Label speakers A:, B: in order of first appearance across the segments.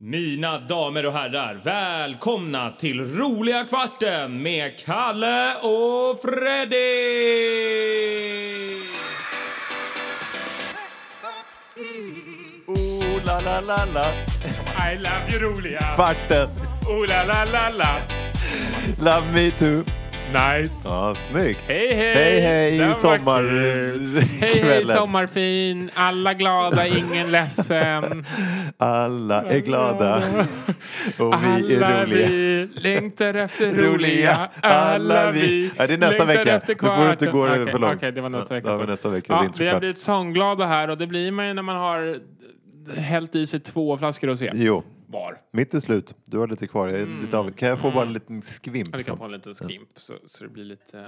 A: Mina damer och herrar, välkomna till Roliga Kvarten med Kalle och Freddy!
B: Oh la la la la,
A: I love you roliga!
B: kvarten,
A: Oh la la la la!
B: love me too.
A: Night!
B: Ja, snyggt.
C: Hej hej!
B: Hej, hej,
C: Den var
B: sommar-
C: kul. Hej hej
B: kvällen.
C: sommarfin, alla glada, ingen ledsen.
B: Alla är glada och vi
C: alla
B: är roliga.
C: vi längtar efter
B: Roliga.
C: roliga.
B: Alla
C: Alla
B: vi.
C: vi
B: Ja, det är nästa
C: längtar
B: vecka.
C: efter
B: Nu får du inte gå
C: kvarten.
B: över för
C: Okej,
B: långt.
C: Okej, det var nästa
B: Ja,
C: vecka.
B: det var
C: så.
B: nästa veckas
C: ja, Vi
B: introkvart.
C: har blivit sångglada här och det blir man ju när man har hällt i sig två flaskor rosé.
B: Jo,
C: Var.
B: mitt är slut. Du har lite kvar. Jag är
C: Mm.
B: lite av... Kan jag få bara en liten skvimp?
C: Men du kan
B: så?
C: få en liten skimp så, så det blir lite...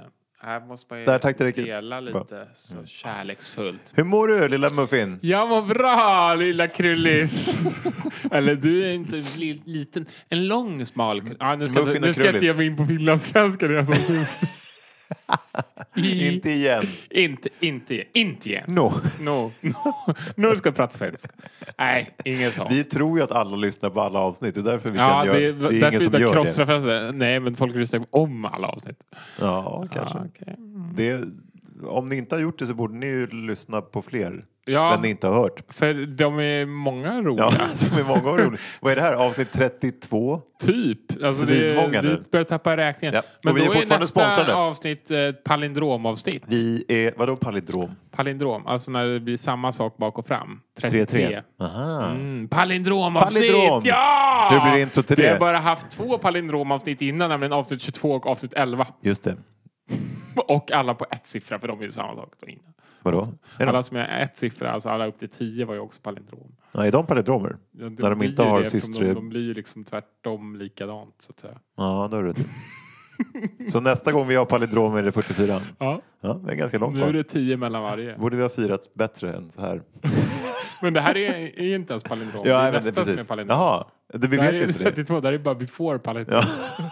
C: Här måste man ju
B: Där, tack, det räcker.
C: dela
B: Bra.
C: lite så kärleksfullt.
B: Hur mår du lilla Muffin?
C: Jag mår bra, lilla Krullis. Eller du är inte li- liten. En lång, smal... kru- Ah, nu ska,
B: Muffin
C: jag-
B: och
C: nu ska jag
B: Krullis.
C: inte ge mig in på finlandssvenska. Det är jag som syns. I,
B: Inte igen.
C: Inte, inte, inte igen.
B: No.
C: No, no. Nu ska jag prata svenska. Nej, ingen sån.
B: Vi tror ju att alla lyssnar på alla avsnitt. Det är därför vi
C: Ja,
B: kan göra
C: det, är-
B: det. Det är
C: därför
B: ingen som
C: vi
B: gör det.
C: crossreferenser. Nej, men folk lyssnar ju om alla avsnitt.
B: Ja, kanske.
C: Ah, okej.
B: Det, om ni inte har gjort det så borde ni ju lyssna på fler.
C: Ja.
B: Men ni inte har hört.
C: För de är många roliga.
B: Ja, de är många och roliga. Vad är det här? Avsnitt 32?
C: Typ. Alltså det,
B: Svinmånga nu.
C: du börjar tappa räkningen.
B: Ja,
C: Men
B: och vi är
C: då är,
B: fortfarande
C: nästa
B: sponsrade.
C: avsnitt eh, palindromavsnitt.
B: Vi är, vadå palindrom?
C: Palindrom, alltså när det blir samma sak bak och fram. 33.
B: 3-3. Aha.
C: Mm, palindromavsnitt!
B: Palindrom!
C: Ja!
B: Nu blir det intro till
C: Vi
B: det.
C: har bara haft två palindromavsnitt innan, nämligen avsnitt 22 och avsnitt 11.
B: Just det.
C: Och alla på ett siffra, för de är ju samma sak. då innan.
B: Vadå? Är de,
C: Alla som är ett siffra, alltså alla upp till 10 var ju också palindrom.
B: ja, är de palindromer?
C: Ja,
B: När de
C: blir
B: inte
C: ju
B: har
C: det, eftersom
B: systrar?
C: De, de blir ju liksom tvärtom likadant, så att säga.
B: Ja, då är det rätt i. Så nästa gång vi har palindromer är det 44.
C: Ja,
B: Ja, det är ganska långt
C: nu är
B: kvar.
C: det 10 mellan varje.
B: Borde vi ha firat bättre än så här?
C: Men det här är, är inte ens palindrom. det
B: Ja,
C: är
B: jag vet
C: nästa
B: inte
C: som är palindrom.
B: Jaha, det, vi
C: det här
B: vet ju
C: är
B: inte det.
C: 32, det här är bara before palindrom.
B: Ja.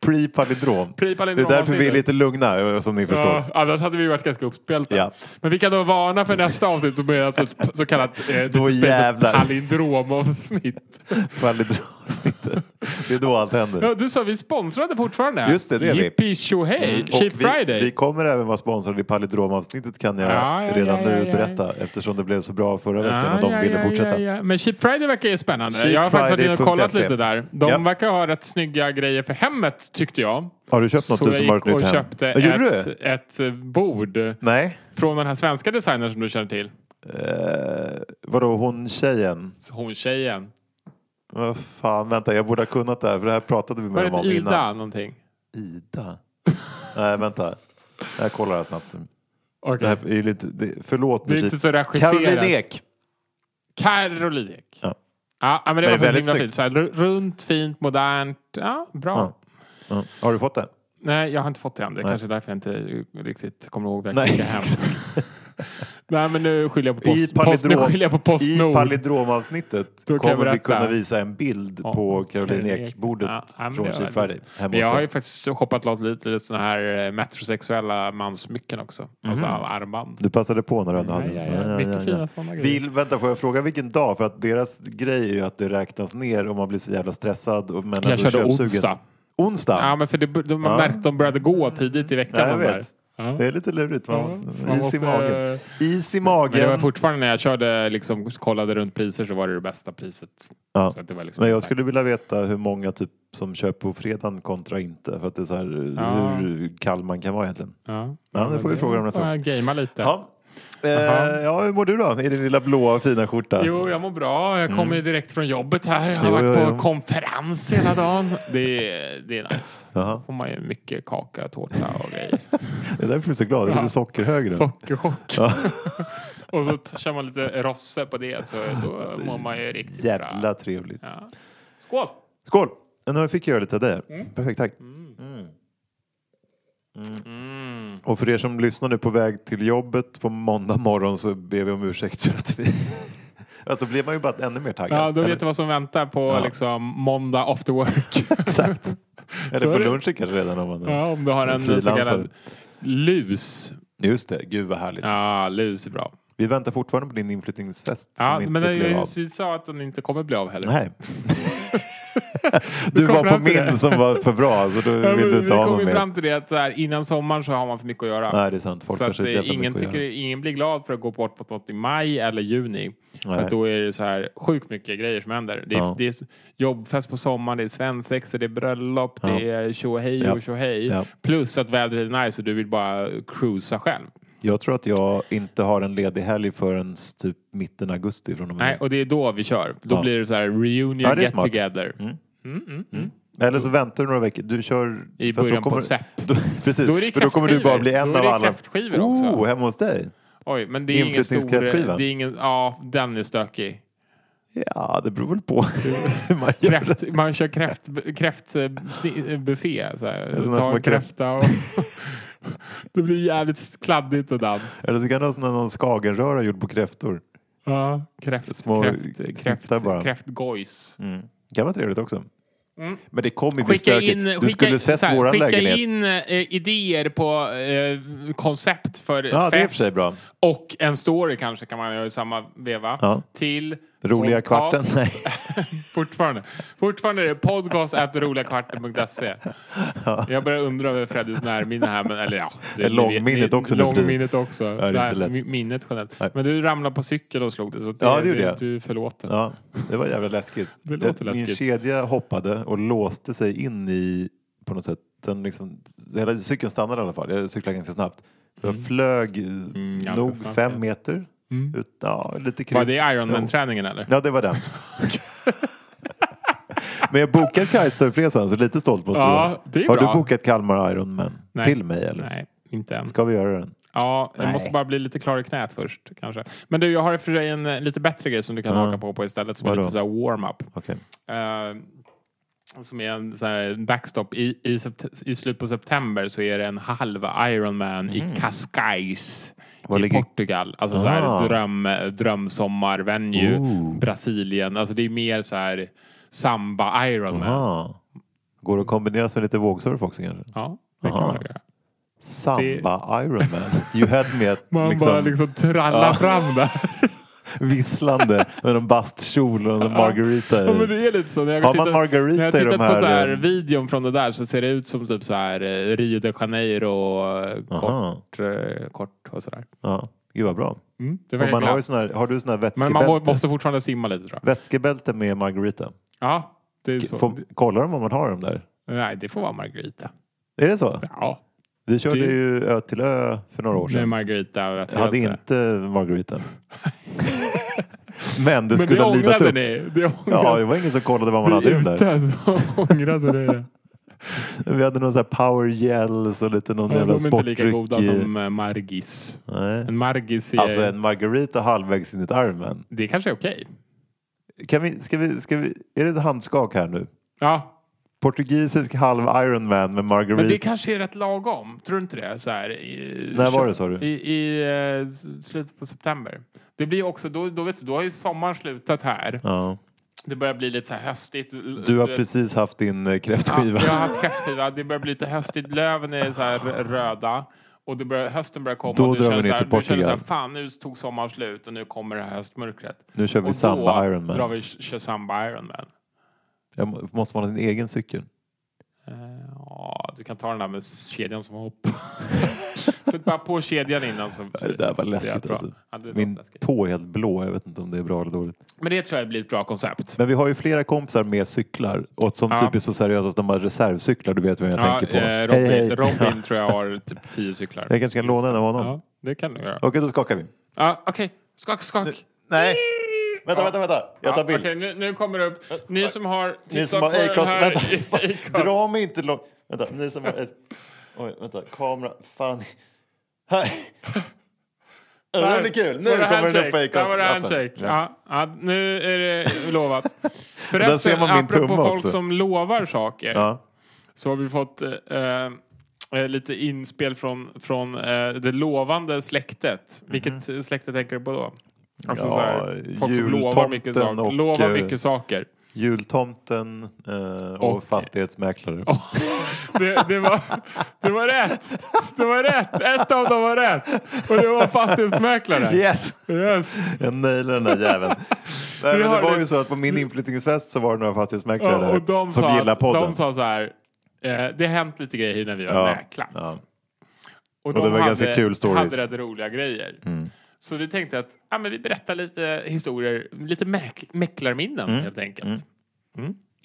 B: Pre-palindrom. Det
C: Pre-palindrom
B: är därför vi är
C: avsnittet.
B: lite lugna, som ni förstår.
C: Ja, annars hade vi varit ganska uppspelta.
B: Ja.
C: Men vi kan då varna för nästa avsnitt som är alltså så kallat eh,
B: Då jävlar.
C: palindromavsnitt.
B: Palindromsnittet. Det är då allt händer.
C: Ja, du sa vi sponsrade fortfarande.
B: Just det, det är vi. Mm,
C: Yippie tjohej,
B: Och
C: Cheap
B: vi,
C: Friday.
B: Vi kommer även vara sponsrade i palindromavsnittet kan jag
C: Ja, ja,
B: redan
C: ja,
B: nu
C: ja, ja.
B: berätta eftersom det blev så bra förra veckan
C: Ja,
B: och de
C: ja,
B: ville
C: ja,
B: fortsätta.
C: ja, ja. Men Cheap Friday verkar ju spännande.
B: Cheap
C: jag har faktiskt varit inne och kollat
B: Friday.se.
C: lite där. De
B: E. Ja.
C: verkar ha rätt snygga grejer för hemmet tyckte jag.
B: Har du köpt något
C: Så
B: du
C: jag
B: som har
C: gick
B: ett nytt
C: och
B: hem?
C: köpte
B: Ja, gjorde du?
C: ett, ett eh, bord
B: Nej,
C: från den här svenska designern som du känner till.
B: eh, vadå hon tjejen?
C: Så Hon tjejen.
B: Vad fan, vänta jag borde ha kunnat det här för det här pratade vi
C: Var
B: med
C: det
B: dem om
C: inte Ida
B: innan.
C: någonting?
B: Ida? Nej, vänta. Jag kollar här snabbt. Det
C: Okej.
B: här är ju lite, det, förlåt
C: Det är
B: musik.
C: inte så regisserat.
B: Caroline Ek.
C: Caroline Ek.
B: Ja.
C: Ja, men det
B: Men
C: var
B: väldigt
C: väldigt himla
B: snyggt.
C: fint. Så här, ru- runt, fint, modernt. Ja, bra.
B: Ja. Ja. Har du fått det?
C: Nej, jag har inte fått det än. Det är kanske är därför jag inte riktigt kommer ihåg vad jag
B: Nej,
C: klickade hem. Nej, men nu skyller jag på
B: I,
C: post, post, nu skyller jag på
B: I
C: Postnord.
B: palindromavsnittet
C: Då kan
B: kommer
C: jag
B: vi
C: berätta.
B: kunna visa en bild
C: Ja,
B: på Caroline
C: Caroline Ek.
B: Ek-bordet
C: Ja, ja, men
B: från
C: det var
B: Chief Friday. hemma
C: Men
B: hos
C: jag har
B: dig.
C: ju faktiskt shoppat loss lite sådana här eh, metrosexuella mansmycken också. Alltså
B: Mhm.
C: av armband.
B: Du passade på när du ändå hade
C: Ja, ja, ja. Mycket fina sådana grejer.
B: Vill, vänta, får jag fråga vilken dag? För att deras grej är ju att det räknas ner och man blir så jävla stressad. Och, men ändå
C: Jag körde
B: köpsugen.
C: onsdag.
B: Onsdag.
C: Ja, men för det, de har
B: Ja.
C: märkt att de började gå tidigt i veckan.
B: Nej, jag
C: de där.
B: vet.
C: Ja.
B: Det är lite lurigt. Man
C: Ja,
B: måste,
C: man
B: is
C: måste- eh,
B: i magen. Is i
C: Men det var
B: magen.
C: fortfarande när jag körde, liksom, kollade runt priser så var det det bästa priset.
B: Ja.
C: Så att det var liksom
B: Men jag
C: exakt.
B: skulle vilja veta hur många typ som kör på fredagen kontra inte. För att det är så här,
C: Ja.
B: hur kall man kan vara egentligen.
C: Ja,
B: Ja, det får vi fråga dem nästa gång.
C: gång. Gamea lite.
B: Ja. Eh,
C: Jaha.
B: ja, hur mår du då i din lilla blåa fina skjorta?
C: Jo, jag mår bra. Jag kommer ju direkt från jobbet här. Jag har
B: Mm. Jo,
C: varit
B: jo,
C: på
B: jo.
C: konferens hela dagen. Det är, det är nice.
B: Jaha.
C: Då får man ju mycket kaka, tårta och grejer.
B: Det är därför du är så glad. Det är
C: Ja.
B: lite sockerhög nu.
C: Sockerchock.
B: Ja.
C: och så t- kör man lite rosse på det så då mår man ju riktigt
B: Jävla
C: bra.
B: trevligt.
C: Ja. Skål!
B: Skål! Ja, Nu fick jag göra lite av det.
C: Mm.
B: Perfekt, tack. Mm.
C: Mm.
B: Och för er som lyssnar nu på väg till jobbet på måndag morgon så ber vi om ursäkt för att vi... alltså då blir man ju bara ännu mer taggad.
C: Ja, då
B: Eller-
C: vet du vad som väntar på
B: Ja.
C: liksom, måndag after work.
B: Exakt. Eller på
C: är det-
B: lunchen kanske redan om man...
C: ja, om du har en så
B: Frilansare.
C: kallad lus.
B: Just det, gud vad härligt.
C: Ja, lus är bra.
B: Vi väntar fortfarande på din inflyttningsfest
C: Ja,
B: som inte
C: men det,
B: blev av.
C: vi sa att den inte kommer bli av heller.
B: Nej. du
C: kom
B: var på
C: fram till det.
B: min som var för bra så då
C: Ja, men
B: vill du
C: vi
B: inte ha
C: kom
B: någon
C: ju
B: mer.
C: fram till det att så här, innan sommaren så har man för mycket att göra.
B: Nej, det är sant. Folk
C: så
B: har
C: att
B: så
C: eh,
B: jävla
C: ingen,
B: mycket att
C: tycker, ingen blir glad för att gå bort på något i maj eller juni. För
B: Nej.
C: att då är det så här sjukt mycket grejer som händer. Det är,
B: Ja.
C: det är s- jobbfest på sommaren, det är svensexor, det är bröllop,
B: Ja.
C: det är tjohej
B: Ja.
C: och tjohej.
B: Ja.
C: Plus att vädret är nice och du vill bara cruisa själv.
B: Jag tror att jag inte har en ledig helg förrän typ mitten augusti från och med.
C: Nej, och det är då vi kör. Då
B: Mm. Ja.
C: blir det så här reunion,
B: Ja, det är
C: get
B: smart.
C: together.
B: Eller så väntar du några veckor. Du kör...
C: I
B: för att då
C: början på
B: kommer-
C: Sepp.
B: Då, precis.
C: Då är det
B: för då kommer du bara bli
C: kräftskivor.
B: en
C: Då är
B: av
C: det
B: alla.
C: kräftskivor också.
B: Oh, hemma hos dig?
C: Oj, men det är ingen stor...
B: Inflyttningskräftskivan.
C: Det är ingen, ja, den är stökig.
B: Ja, det beror väl på hur man gör det.
C: Kräft, man kör kräft, kräftbuffé. Så här.
B: Såna
C: Ta
B: små
C: en kräfta och... det blir jävligt kladdigt och damm.
B: Eller så kan du ha sån här- någon skagenröra gjord på kräftor.
C: Ja, kräft,
B: Små
C: kräft, kräft,
B: snittar bara.
C: kräftgojs.
B: Det kan vara trevligt också. Men det kommer ju bli
C: Mm. Skicka
B: stökigt.
C: in,
B: du
C: skicka,
B: skulle sett
C: så här,
B: våran
C: skicka
B: lägenhet.
C: in eh, idéer på eh, koncept för
B: Ja, det är i och för sig
C: fest
B: bra.
C: och en story kanske kan man göra i samma veva.
B: Ja.
C: Till
B: Roliga
C: podcast-
B: kvarten? Nej.
C: Fortfarande. Fortfarande är det podcast efter roligakvarten.se. Jag börjar undra över Freddys närminne här. Men, eller ja,
B: Är långminnet också nu för tiden?
C: Långminnet också.
B: det är inte
C: Nej,
B: lätt.
C: mi- Minnet generellt.
B: Nej.
C: Men du ramlade på cykel och slog dig. Så
B: Ja, det gjorde jag.
C: Du är förlåten.
B: Ja, det var jävla läskigt.
C: Det låter
B: Min
C: läskigt.
B: kedja hoppade och låste sig in i, på något sätt, den liksom, hela cykeln stannade i alla fall. Jag cyklade ganska snabbt. Så jag flög eh,
C: Mm. ganska
B: nog
C: snabbt,
B: fem
C: ja. Mm.
B: meter. Ut, ja, lite kryp.
C: Var det Ironman-träningen eller?
B: Ja, det var den. Men jag bokat kitesurfresan, så lite stolt måste du
C: Ja,
B: vara.
C: det är
B: Har
C: bra.
B: du bokat Kalmar Ironman
C: Nej.
B: till mig eller?
C: Nej, inte än.
B: Ska vi göra den?
C: Ja, jag måste bara bli lite klar i knät först kanske. Men du, jag har för dig en eh, lite bättre grej som du kan haka på, på istället. Som är
B: Vadå?
C: lite så här warm-up.
B: Okej.
C: Eh, som är en sån här backstop. I, i, sept- I slut på september så är det en halv Ironman i Cascais i
B: Mm. ligger-
C: Portugal. Alltså så här
B: Ah.
C: dröm, drömsommar-venue. Brasilien. Alltså det är mer så här samba Ironman.
B: Ah. Går det att kombinera med lite vågsurf också kanske?
C: Ja, det kan
B: Aha.
C: man göra.
B: Samba Ironman. You had me at
C: Man
B: liksom,
C: bara liksom trallar fram där.
B: visslande med en bastkjol och en margarita. i.
C: Ja, men det är lite så. När jag
B: Har man margarita
C: när jag
B: i
C: tittar
B: de
C: på
B: här,
C: så här
B: eh,
C: videon från det där så ser det ut som typ så här eh, Rio de Janeiro och eh,
B: Aha.
C: kort, eh, kort och sådär.
B: ja. Gud vad bra.
C: Mm, Det
B: Och
C: verkar
B: man har, ju
C: glatt.
B: sån här, har du sån här
C: Men
B: vätskebälte?
C: man må- måste fortfarande simma lite tror jag.
B: Vätskebälte med margarita?
C: Ja, det är så.
B: Får, kollar de om man har dem där?
C: Nej, det får vara Margarita.
B: Är det så?
C: Ja,
B: Vi körde
C: Det-
B: ju Ö till Ö för några år
C: det är
B: sedan.
C: Margarita. Jag vet
B: Jag hade
C: inte.
B: inte margarita. men det
C: Men
B: skulle
C: det
B: ha livat
C: ångrade
B: upp.
C: ni. Det
B: Ja, det
C: ångrade
B: var ingen som kollade vad man hade i
C: ni.
B: den där.
C: Ute så ångrade ni det.
B: Vi hade någon sån här power gels och lite någon
C: Ja, De
B: jävla
C: är inte
B: sportdryck.
C: lika goda
B: i-
C: som eh, Margis.
B: Nej.
C: En Margis är...
B: Alltså en margarita halvvägs in i ett armen.
C: Det kanske är okej.
B: Kan vi, ska vi, ska vi, är det ett handskak här nu?
C: Ja,
B: Portugisisk halv Ironman med margarita.
C: Men det kanske är rätt lagom. Tror du inte det? Så här, i,
B: När var det, sa du?
C: I, i eh, s- slutet på september. Det blir också, då, då, vet du, då har ju sommaren slutat här.
B: ja.
C: Det börjar bli lite så här höstigt. L-
B: Du har
C: vet-
B: precis haft din eh,
C: Ja,
B: kräftskiva.
C: jag har haft kräftskiva. Det börjar bli lite höstigt. Löven är så här r- röda. Och det börjar, hösten börjar komma.
B: Då
C: och du
B: drar vi
C: känner
B: ner
C: så här,
B: till
C: du känner så här,
B: Portugal.
C: fan nu tog sommaren slut och nu kommer det här höstmörkret.
B: Nu kör vi
C: och
B: samba
C: då
B: Ironman.
C: drar vi kör samba Ironman.
B: Jag må- måste man ha sin egen cykel?
C: Eh, Ja, du kan ta den där med kedjan som hopp. Sätt bara på kedjan innan. Så,
B: Det där var
C: är
B: läskigt
C: bra.
B: alltså.
C: Ja, det var
B: Min
C: läskigt.
B: tå är helt blå, jag vet inte om det är bra eller dåligt.
C: Men det tror jag blir ett bra koncept.
B: Men vi har ju flera kompisar med cyklar och som
C: Ja.
B: typ är så seriösa att de har reservcyklar, du vet vem jag
C: Ja,
B: tänker på.
C: eh, Robin, Robin tror jag har typ tio cyklar.
B: Jag kanske kan låna en av honom.
C: Ja, det kan du göra.
B: Okej, då skakar vi.
C: Ja, Okej, skak, skak.
B: Nej! Vänta, vänta, vänta! Jag tar
C: Ja,
B: bild.
C: okej, nu, nu kommer det upp. Ni som har
B: Ni som
C: tittat
B: har
C: på den
B: Acast,
C: här...
B: vänta,
C: i- i-
B: fan, dra mig inte långt. Vänta, ni som har... Ett, oj, vänta, kamera, fan. Här! Det
C: Där.
B: där blir kul, nu
C: Var det
B: kommer den upp på
C: handshake? Där var det handshake.
B: Acast-appen.
C: Ja. Ja, nu är det lovat.
B: Där ser
C: Förresten,
B: man min
C: apropå
B: tumme
C: folk
B: också.
C: som lovar saker
B: Ja.
C: så har vi fått eh, eh, lite inspel från, från eh, det lovande släktet. Vilket släkte tänker du på då? Alltså
B: Mhm. Ja,
C: så här, folk som lovar
B: jultomten
C: mycket saker.
B: och,
C: lovar
B: eh,
C: mycket saker.
B: Jultomten eh, och,
C: Och-
B: fastighetsmäklare.
C: Det, det, var, det var rätt! Det var rätt! Ett av dem var rätt! Och det var fastighetsmäklare.
B: Yes!
C: Yes.
B: Jag nailade den där jäveln. Nej,
C: Vi
B: men
C: har
B: det var
C: det.
B: ju så att på min inflyttningsfest så var det några fastighetsmäklare
C: Ja,
B: där
C: och de
B: som
C: sa,
B: gillar
C: att,
B: podden.
C: de sa så här. Eh, det har hänt lite grejer när vi har
B: Ja,
C: mäklat.
B: ja.
C: Och,
B: det var ganska kul stories. Mm.
C: hade rätt roliga grejer. Så vi tänkte att ja, men vi berättar lite historier, lite mäk mäklarminnen
B: Mm.
C: helt enkelt.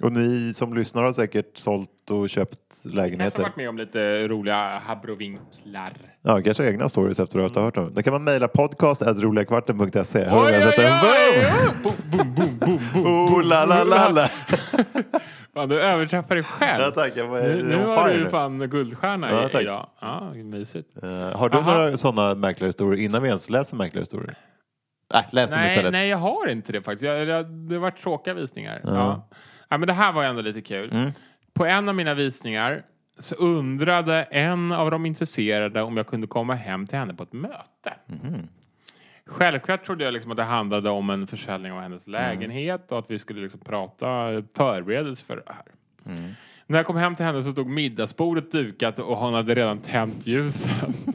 B: Och ni som lyssnar har säkert sålt och köpt
C: Kanske har
B: lägenheter.
C: varit med om lite roliga habrovinklar.
B: Ja, kanske egna stories efter att ha hört dem. Då kan man mejla podcast.roligakvarten.se. Hör
C: Mm. Oj,
B: du vad jag
C: oj,
B: sätter en
C: oj!
B: boom?
C: Boom, boom, boom, boom.
B: Oh, la, la, la, la.
C: Ja, du överträffar dig själv.
B: Ja, tack. Jag var
C: Nu, nu
B: on
C: har
B: fire
C: du
B: nu.
C: fan guldstjärna
B: Ja,
C: i-
B: tack.
C: idag. Ja, mysigt.
B: Eh, Har du
C: Aha.
B: några sådana mäklarhistorier innan vi ens läser mäklarhistorier? Nej, läs dem
C: Nej,
B: istället.
C: nej, jag har inte det faktiskt. Jag, jag, det har varit tråkiga visningar. Ja. Ja, men det här var ju ändå lite kul.
B: Mm.
C: På en av mina visningar så undrade en av de intresserade om jag kunde komma hem till henne på ett möte.
B: Mhm.
C: Självklart trodde jag liksom att det handlade om en försäljning av hennes
B: Mm.
C: lägenhet och att vi skulle liksom prata eh, förberedelse för det här.
B: Mm.
C: När jag kom hem till henne så stod middagsbordet dukat och hon hade redan tänt ljusen.
B: Oj,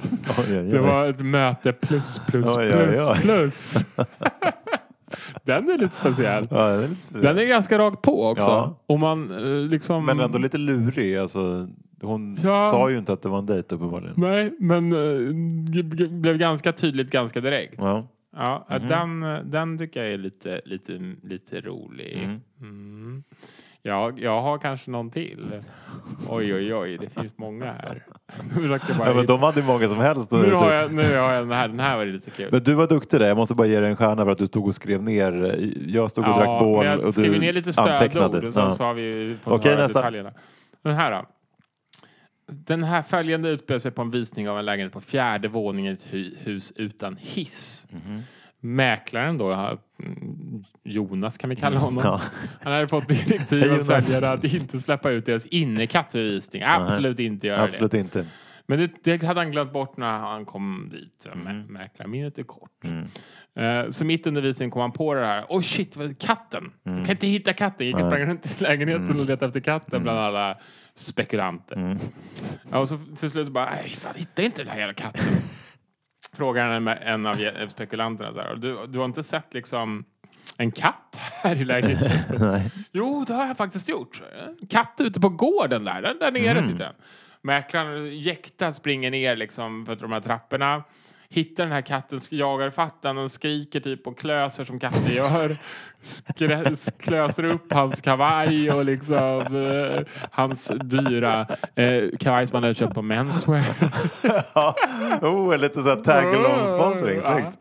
B: oj, oj.
C: Det var ett möte plus, plus,
B: Oj, oj,
C: plus,
B: oj.
C: plus. Den är lite speciell.
B: Ja, det är lite speciellt.
C: Den är ganska rakt på också.
B: Ja.
C: Och man eh, liksom...
B: Men ändå lite lurig. Alltså, hon
C: Ja.
B: sa ju inte att det var en dejt uppenbarligen.
C: Nej, men eh, g- g- blev ganska tydligt ganska direkt.
B: Ja.
C: Ja, att
B: Mhm.
C: den, eh, den tycker jag är lite, lite, lite rolig.
B: Mhm.
C: Mm. Jag, jag har kanske någon till. Oj, oj, oj, det finns många här. Jag försöker bara
B: Ja, men
C: hitta-
B: de hade ju många som helst.
C: nu, har
B: typ.
C: jag, nu har jag den här. Den här var lite kul.
B: Men du var duktig där. Jag måste bara ge dig en stjärna för att du stod och skrev ner. Jag stod och drack
C: men
B: bål
C: jag
B: och
C: skriver
B: du
C: ner lite
B: antecknade.
C: stödord och sen
B: Ja.
C: så har vi ju fått
B: Okej,
C: höra
B: nästa.
C: detaljerna. Den här då. Den här följande utspelar sig på en visning av en lägenhet på fjärde våningen i ett hu- hus utan hiss.
B: Mhm.
C: Mäklaren då, ja, mm, Jonas kan vi kalla honom.
B: Ja.
C: Han hade fått direktiv av
B: Jonas.
C: säljare att inte släppa ut deras innekatt vid visning. Absolut inte göra det.
B: Absolut inte.
C: Men det, det hade han glömt bort när han kom dit. Mm. Mäklarminnet är kort. Eh, så mitt under visningen kom han på det här. Oj shit, vad- katten! Jag kan inte hitta katten. Gick och sprang runt i lägenheten och letade efter katten bland alla spekulanter. Ja, och så till slut så bara, nej fan hitta inte den här jävla katten. Frågar han en, med- en av ge- spekulanterna så här. Du, du har inte sett liksom en katt här i lägenheten? Jo, det har jag faktiskt gjort. Mm. En Katt ute på gården där. Där, där nere sitter den. Mäklaren jäktar, springer ner liksom för de här trapporna. Hittar den här katten, sk- jagar fatt den. Den skriker typ och klöser som katter gör. Skrä- s- klöser upp hans kavaj och liksom eh, hans dyra eh, kavaj som han hade köpt på menswear.
B: Oh, en lite såhär tag-along-sponsring. Snyggt.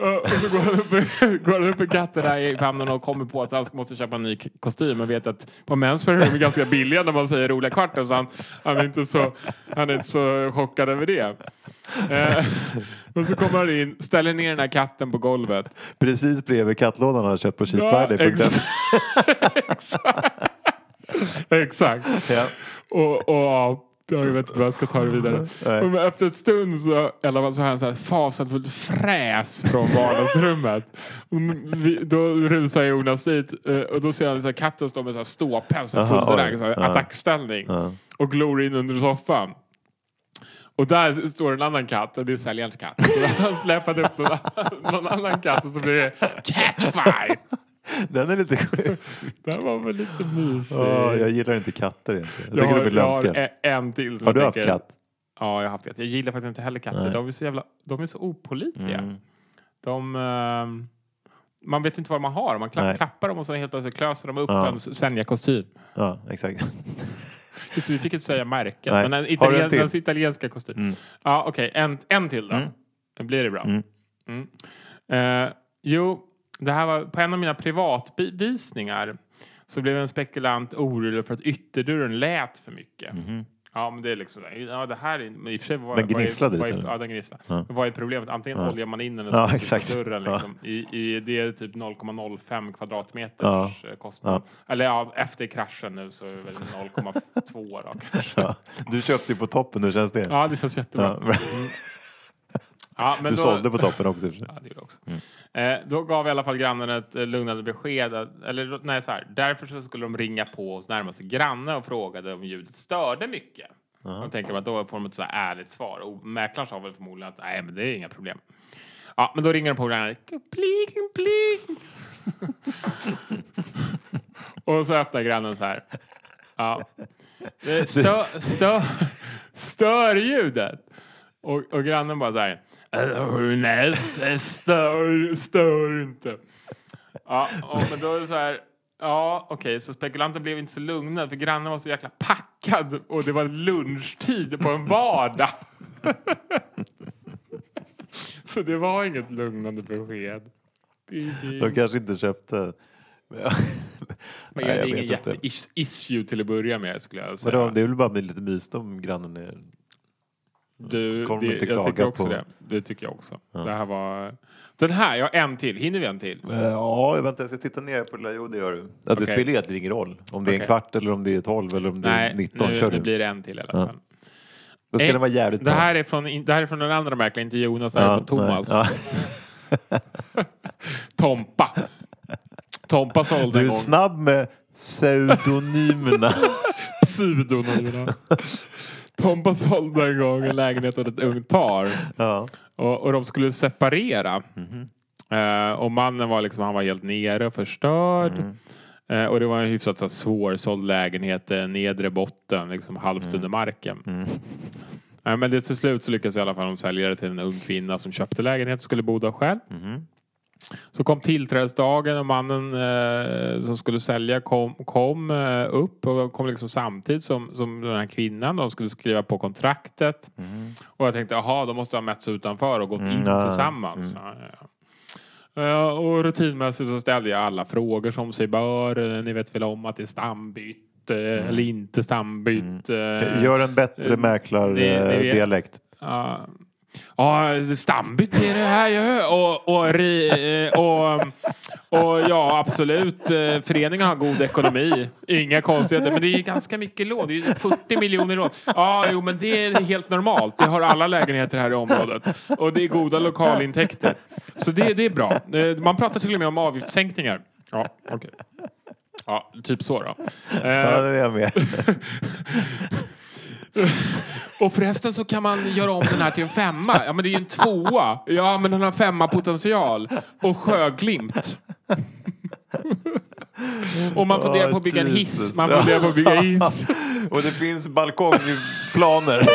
C: Ja. Och så går han upp, i- går han upp i katten där i famnen och kommer på att han måste köpa en ny k- kostym. Man vet att på menswear är de ganska billiga när man säger roliga kvarten så han, han, är inte så, han är inte så chockad över det. Eh, och så kommer han in, ställer ner den här katten på golvet.
B: Precis bredvid kattlådan han har köpt på
C: ex-
B: cheapfriday.se.
C: exakt. exakt.
B: Ja.
C: Och, och ja, jag vet inte vad jag ska ta det vidare.
B: Nej.
C: Men efter ett stund så, eller vad, så hör han så här fasansfullt fräs från vardagsrummet. Och vi, då rusar Jonas dit eh, och då ser han så här, katten stå med så här ståpäls och
B: Aha,
C: fulldrag,
B: oj.
C: så här,
B: Ja.
C: attackställning. Och glor in under soffan. Och där står en annan katt, och det är säljarens katt. Så han släpade upp någon, annan- någon annan katt och så blir det catfight.
B: Den är lite sjuk.
C: Det här var väl lite mysigt.
B: Åh, jag gillar inte katter egentligen. Jag
C: Jag
B: tycker
C: har,
B: de är
C: jag har
B: lömska.
C: e- en till. Som
B: Har du
C: jag
B: haft
C: tänker-
B: katt?
C: Ja, jag har haft katt. Jag gillar faktiskt inte heller katter.
B: Nej. Mm.
C: De är så jävla... De är så opålitliga. De... ehm, man vet inte vad man har. Man klapp,
B: Nej.
C: klappar dem och så helt plötsligt klöser de upp
B: Ja.
C: ens Senja-kostym.
B: Ja, exakt.
C: Just det, vi fick inte säga märket,
B: Nej.
C: men den,
B: Har du en
C: italien,
B: till? Mm.
C: den italienska kostymen. Ja, Okej, en, en till då. Då blir det bra. Mm. Eh, jo, det här var på en av mina privatvisningar så blev en spekulant orolig för att ytterdörren lät för mycket. Ja, men det är liksom... Ja, det här är... I och för sig, vad,
B: Mhm. Den gnisslade
C: vad är,
B: lite,
C: vad
B: eller?
C: är, Ja, den gnisslade. Vad är problemet? Antingen oljar man in den
B: Ja,
C: eller så
B: exakt.
C: ja, dörren.
B: Ja.
C: Liksom. I, i, det är typ 0,05 kvadratmeters
B: Ja.
C: eh, kostnad. Eller ja, efter kraschen nu så är det väl 0,2 då kanske.
B: Ja. Du köpte ju på toppen, hur känns det?
C: Ja, det känns
B: Ja,
C: jättebra. Ja.
B: bra.
C: men
B: Du
C: Mm. då,
B: sålde på Mm. toppen också. i och för sig.
C: Ja, det gjorde jag också. Eh, då gav i alla fall grannen ett eh, lugnande besked. Att, eller nej, så här. Därför så skulle de ringa på hos närmaste granne och frågade om ljudet störde mycket. Då tänker man att då får de ett så här ärligt svar. Och mäklaren sa väl förmodligen att nej, men det är inga problem. Ja, men då ringer de på grannen. Pling, pling. och så öppnar grannen så här. Ja. Eh, Stö, stö, stör ljudet. Och, och grannen bara så här. "Eh, Nej, stör, stör inte. Ja, och, men då är det så här. Ja, okej, så spekulanten blev inte så lugnad för grannen var så jäkla packad och det var lunchtid på en vardag. så det var inget lugnande besked.
B: De kanske inte köpte... Men jag-
C: Men
B: Nej,
C: det är
B: jag
C: ingen
B: vet inte.
C: jätte-issue till att börja med skulle jag säga.
B: Vadå, det är väl bara lite mysigt om grannen är...
C: Du,
B: Kommer
C: det,
B: inte
C: jag
B: klaga
C: tycker också
B: på-
C: det. Det tycker jag också. Det här var... Den här, jag har en till. Hinner vi en till?
B: Ja, vänta jag ska titta ner på det där. Jo, det gör du. Att Det
C: Okej.
B: spelar egentligen ingen roll om det är
C: Okej.
B: en kvart eller om det är tolv eller om det är
C: Nej,
B: 19.
C: nu,
B: Kör
C: nu
B: du.
C: blir det en till i alla fall.
B: Då ska
C: Nej,
B: den vara jävligt
C: det
B: bra.
C: här, är från, in- det här är från den andra mäklaren, inte Jonas, det här är
B: Ja,
C: från Thomas.
B: nej.
C: Tompa. Tompa sålde
B: Du
C: en
B: är
C: gång.
B: snabb med pseudonymerna.
C: pseudonymerna. Tompa sålde en gång en lägenhet åt ett ungt par.
B: ja.
C: Och, och de skulle separera. Eh, och mannen var liksom, han var helt nere och förstörd.
B: Mm.
C: Eh, och det var en hyfsat så här, svårsåld lägenhet, eh, nedre botten, liksom halvt
B: Mm.
C: under marken. Eh, men det, till slut så lyckades i alla fall de sälja det till en ung kvinna som köpte lägenheten och skulle bo där själv.
B: Mm.
C: Så kom tillträdesdagen och mannen eh, som skulle sälja kom, kom eh, upp och kom liksom samtidigt som, som den här kvinnan. De skulle skriva på kontraktet. Och jag tänkte, jaha, de måste ha mötts utanför och gått in
B: Mm. ja, Mm. ja.
C: tillsammans. Ja, ja, ja. Eh, och rutinmässigt så ställde jag alla frågor som sig bör. Eh, Ni vet väl om att det är stambyte eh, eller inte stambyte. eh,
B: Mm. Gör en bättre eh,
C: ni- ni vet-
B: mäklardialekt.
C: Ja, ja stambyte är det här ju. Och, och, ri- eh, och, och ja, absolut. eh, Föreningen har god ekonomi. Inga konstigheter. Men det är ganska mycket lån. Det är ju 40 miljoner i lån. Ja, jo, men det är helt normalt. Det har alla lägenheter här i området. Och det är goda lokalintäkter. Så det, det är bra. Eh, Man pratar till och med om avgiftssänkningar. Ja, okej. Ja, typ så då. Eh,
B: Ja, det är jag med.
C: Och förresten så kan man göra om den här till en femma. Ja men det är ju en tvåa. Ja men den har femma potential. Och sjöglimt. Och man funderar på att bygga en hiss. Man funderar på att bygga hiss.
B: Och det finns balkongplaner.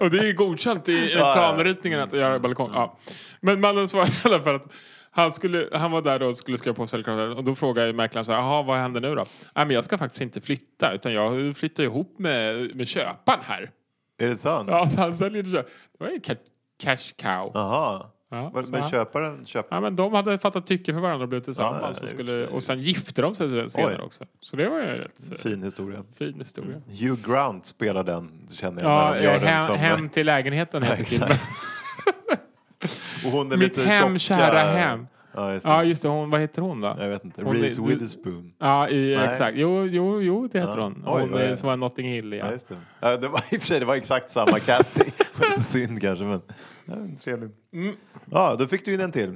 C: Och det är ju godkänt i
B: ja.
C: planritningen att göra balkong. Ja. Men mannen svarade i alla fall att han, skulle, han var där då och skulle skriva på säljkontraktet och då frågade ju mäklaren så här, jaha vad händer nu då? Nej men jag ska faktiskt inte flytta utan jag flyttar ihop med, med köparen här.
B: är det sant?
C: Ja, så han säljer till köparen. Det var ju ca- cash cow.
B: Jaha.
C: Ja,
B: Men,
C: så
B: men
C: han-
B: köparen köpte...
C: Ja, men de hade fattat tycke för varandra och blivit tillsammans.
B: Ja,
C: och,
B: i och
C: skulle,
B: för sig.
C: och sen gifte de sig senare
B: Oj.
C: också. Så det var ju en rätt eh,
B: Fin historia.
C: fin historia.
B: Hugh Grant spelar den, känner jag.
C: Ja,
B: när de gör
C: eh,
B: den
C: hem,
B: som,
C: hem till lägenheten heter filmen.
B: Exakt. Och hon är
C: Mitt
B: lite
C: hem,
B: tjocka-
C: kära hem.
B: Ja, just det.
C: Ja, just det. Hon, vad heter hon då?
B: Jag vet inte.
C: Hon är-
B: Reese
C: du-
B: Witherspoon.
C: Ja, i,
B: Nej.
C: exakt. Jo, jo, jo, det heter
B: Ja.
C: hon.
B: Oj,
C: Hon
B: vad
C: är,
B: är-
C: som var Notting Hill,
B: Ja,
C: ja.
B: just det. Ja, det var, I och för sig, det var exakt samma casting. Lite synd kanske, men ja, trevlig. Mm. Ja, då fick du in en till.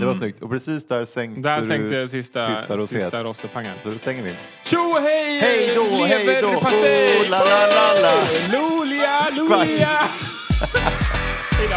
B: Det var snyggt. Och precis där sänkte
C: Där
B: du
C: sänkte jag sista,
B: sista
C: sista,
B: rosett.
C: sista rossepangan.
B: Så då stänger vi.
C: Tjo hej!
B: Hej då, hej då!
C: Leverpastej!
B: Oh, la, la, la, la.
C: Lulia, Lulia! Hej då!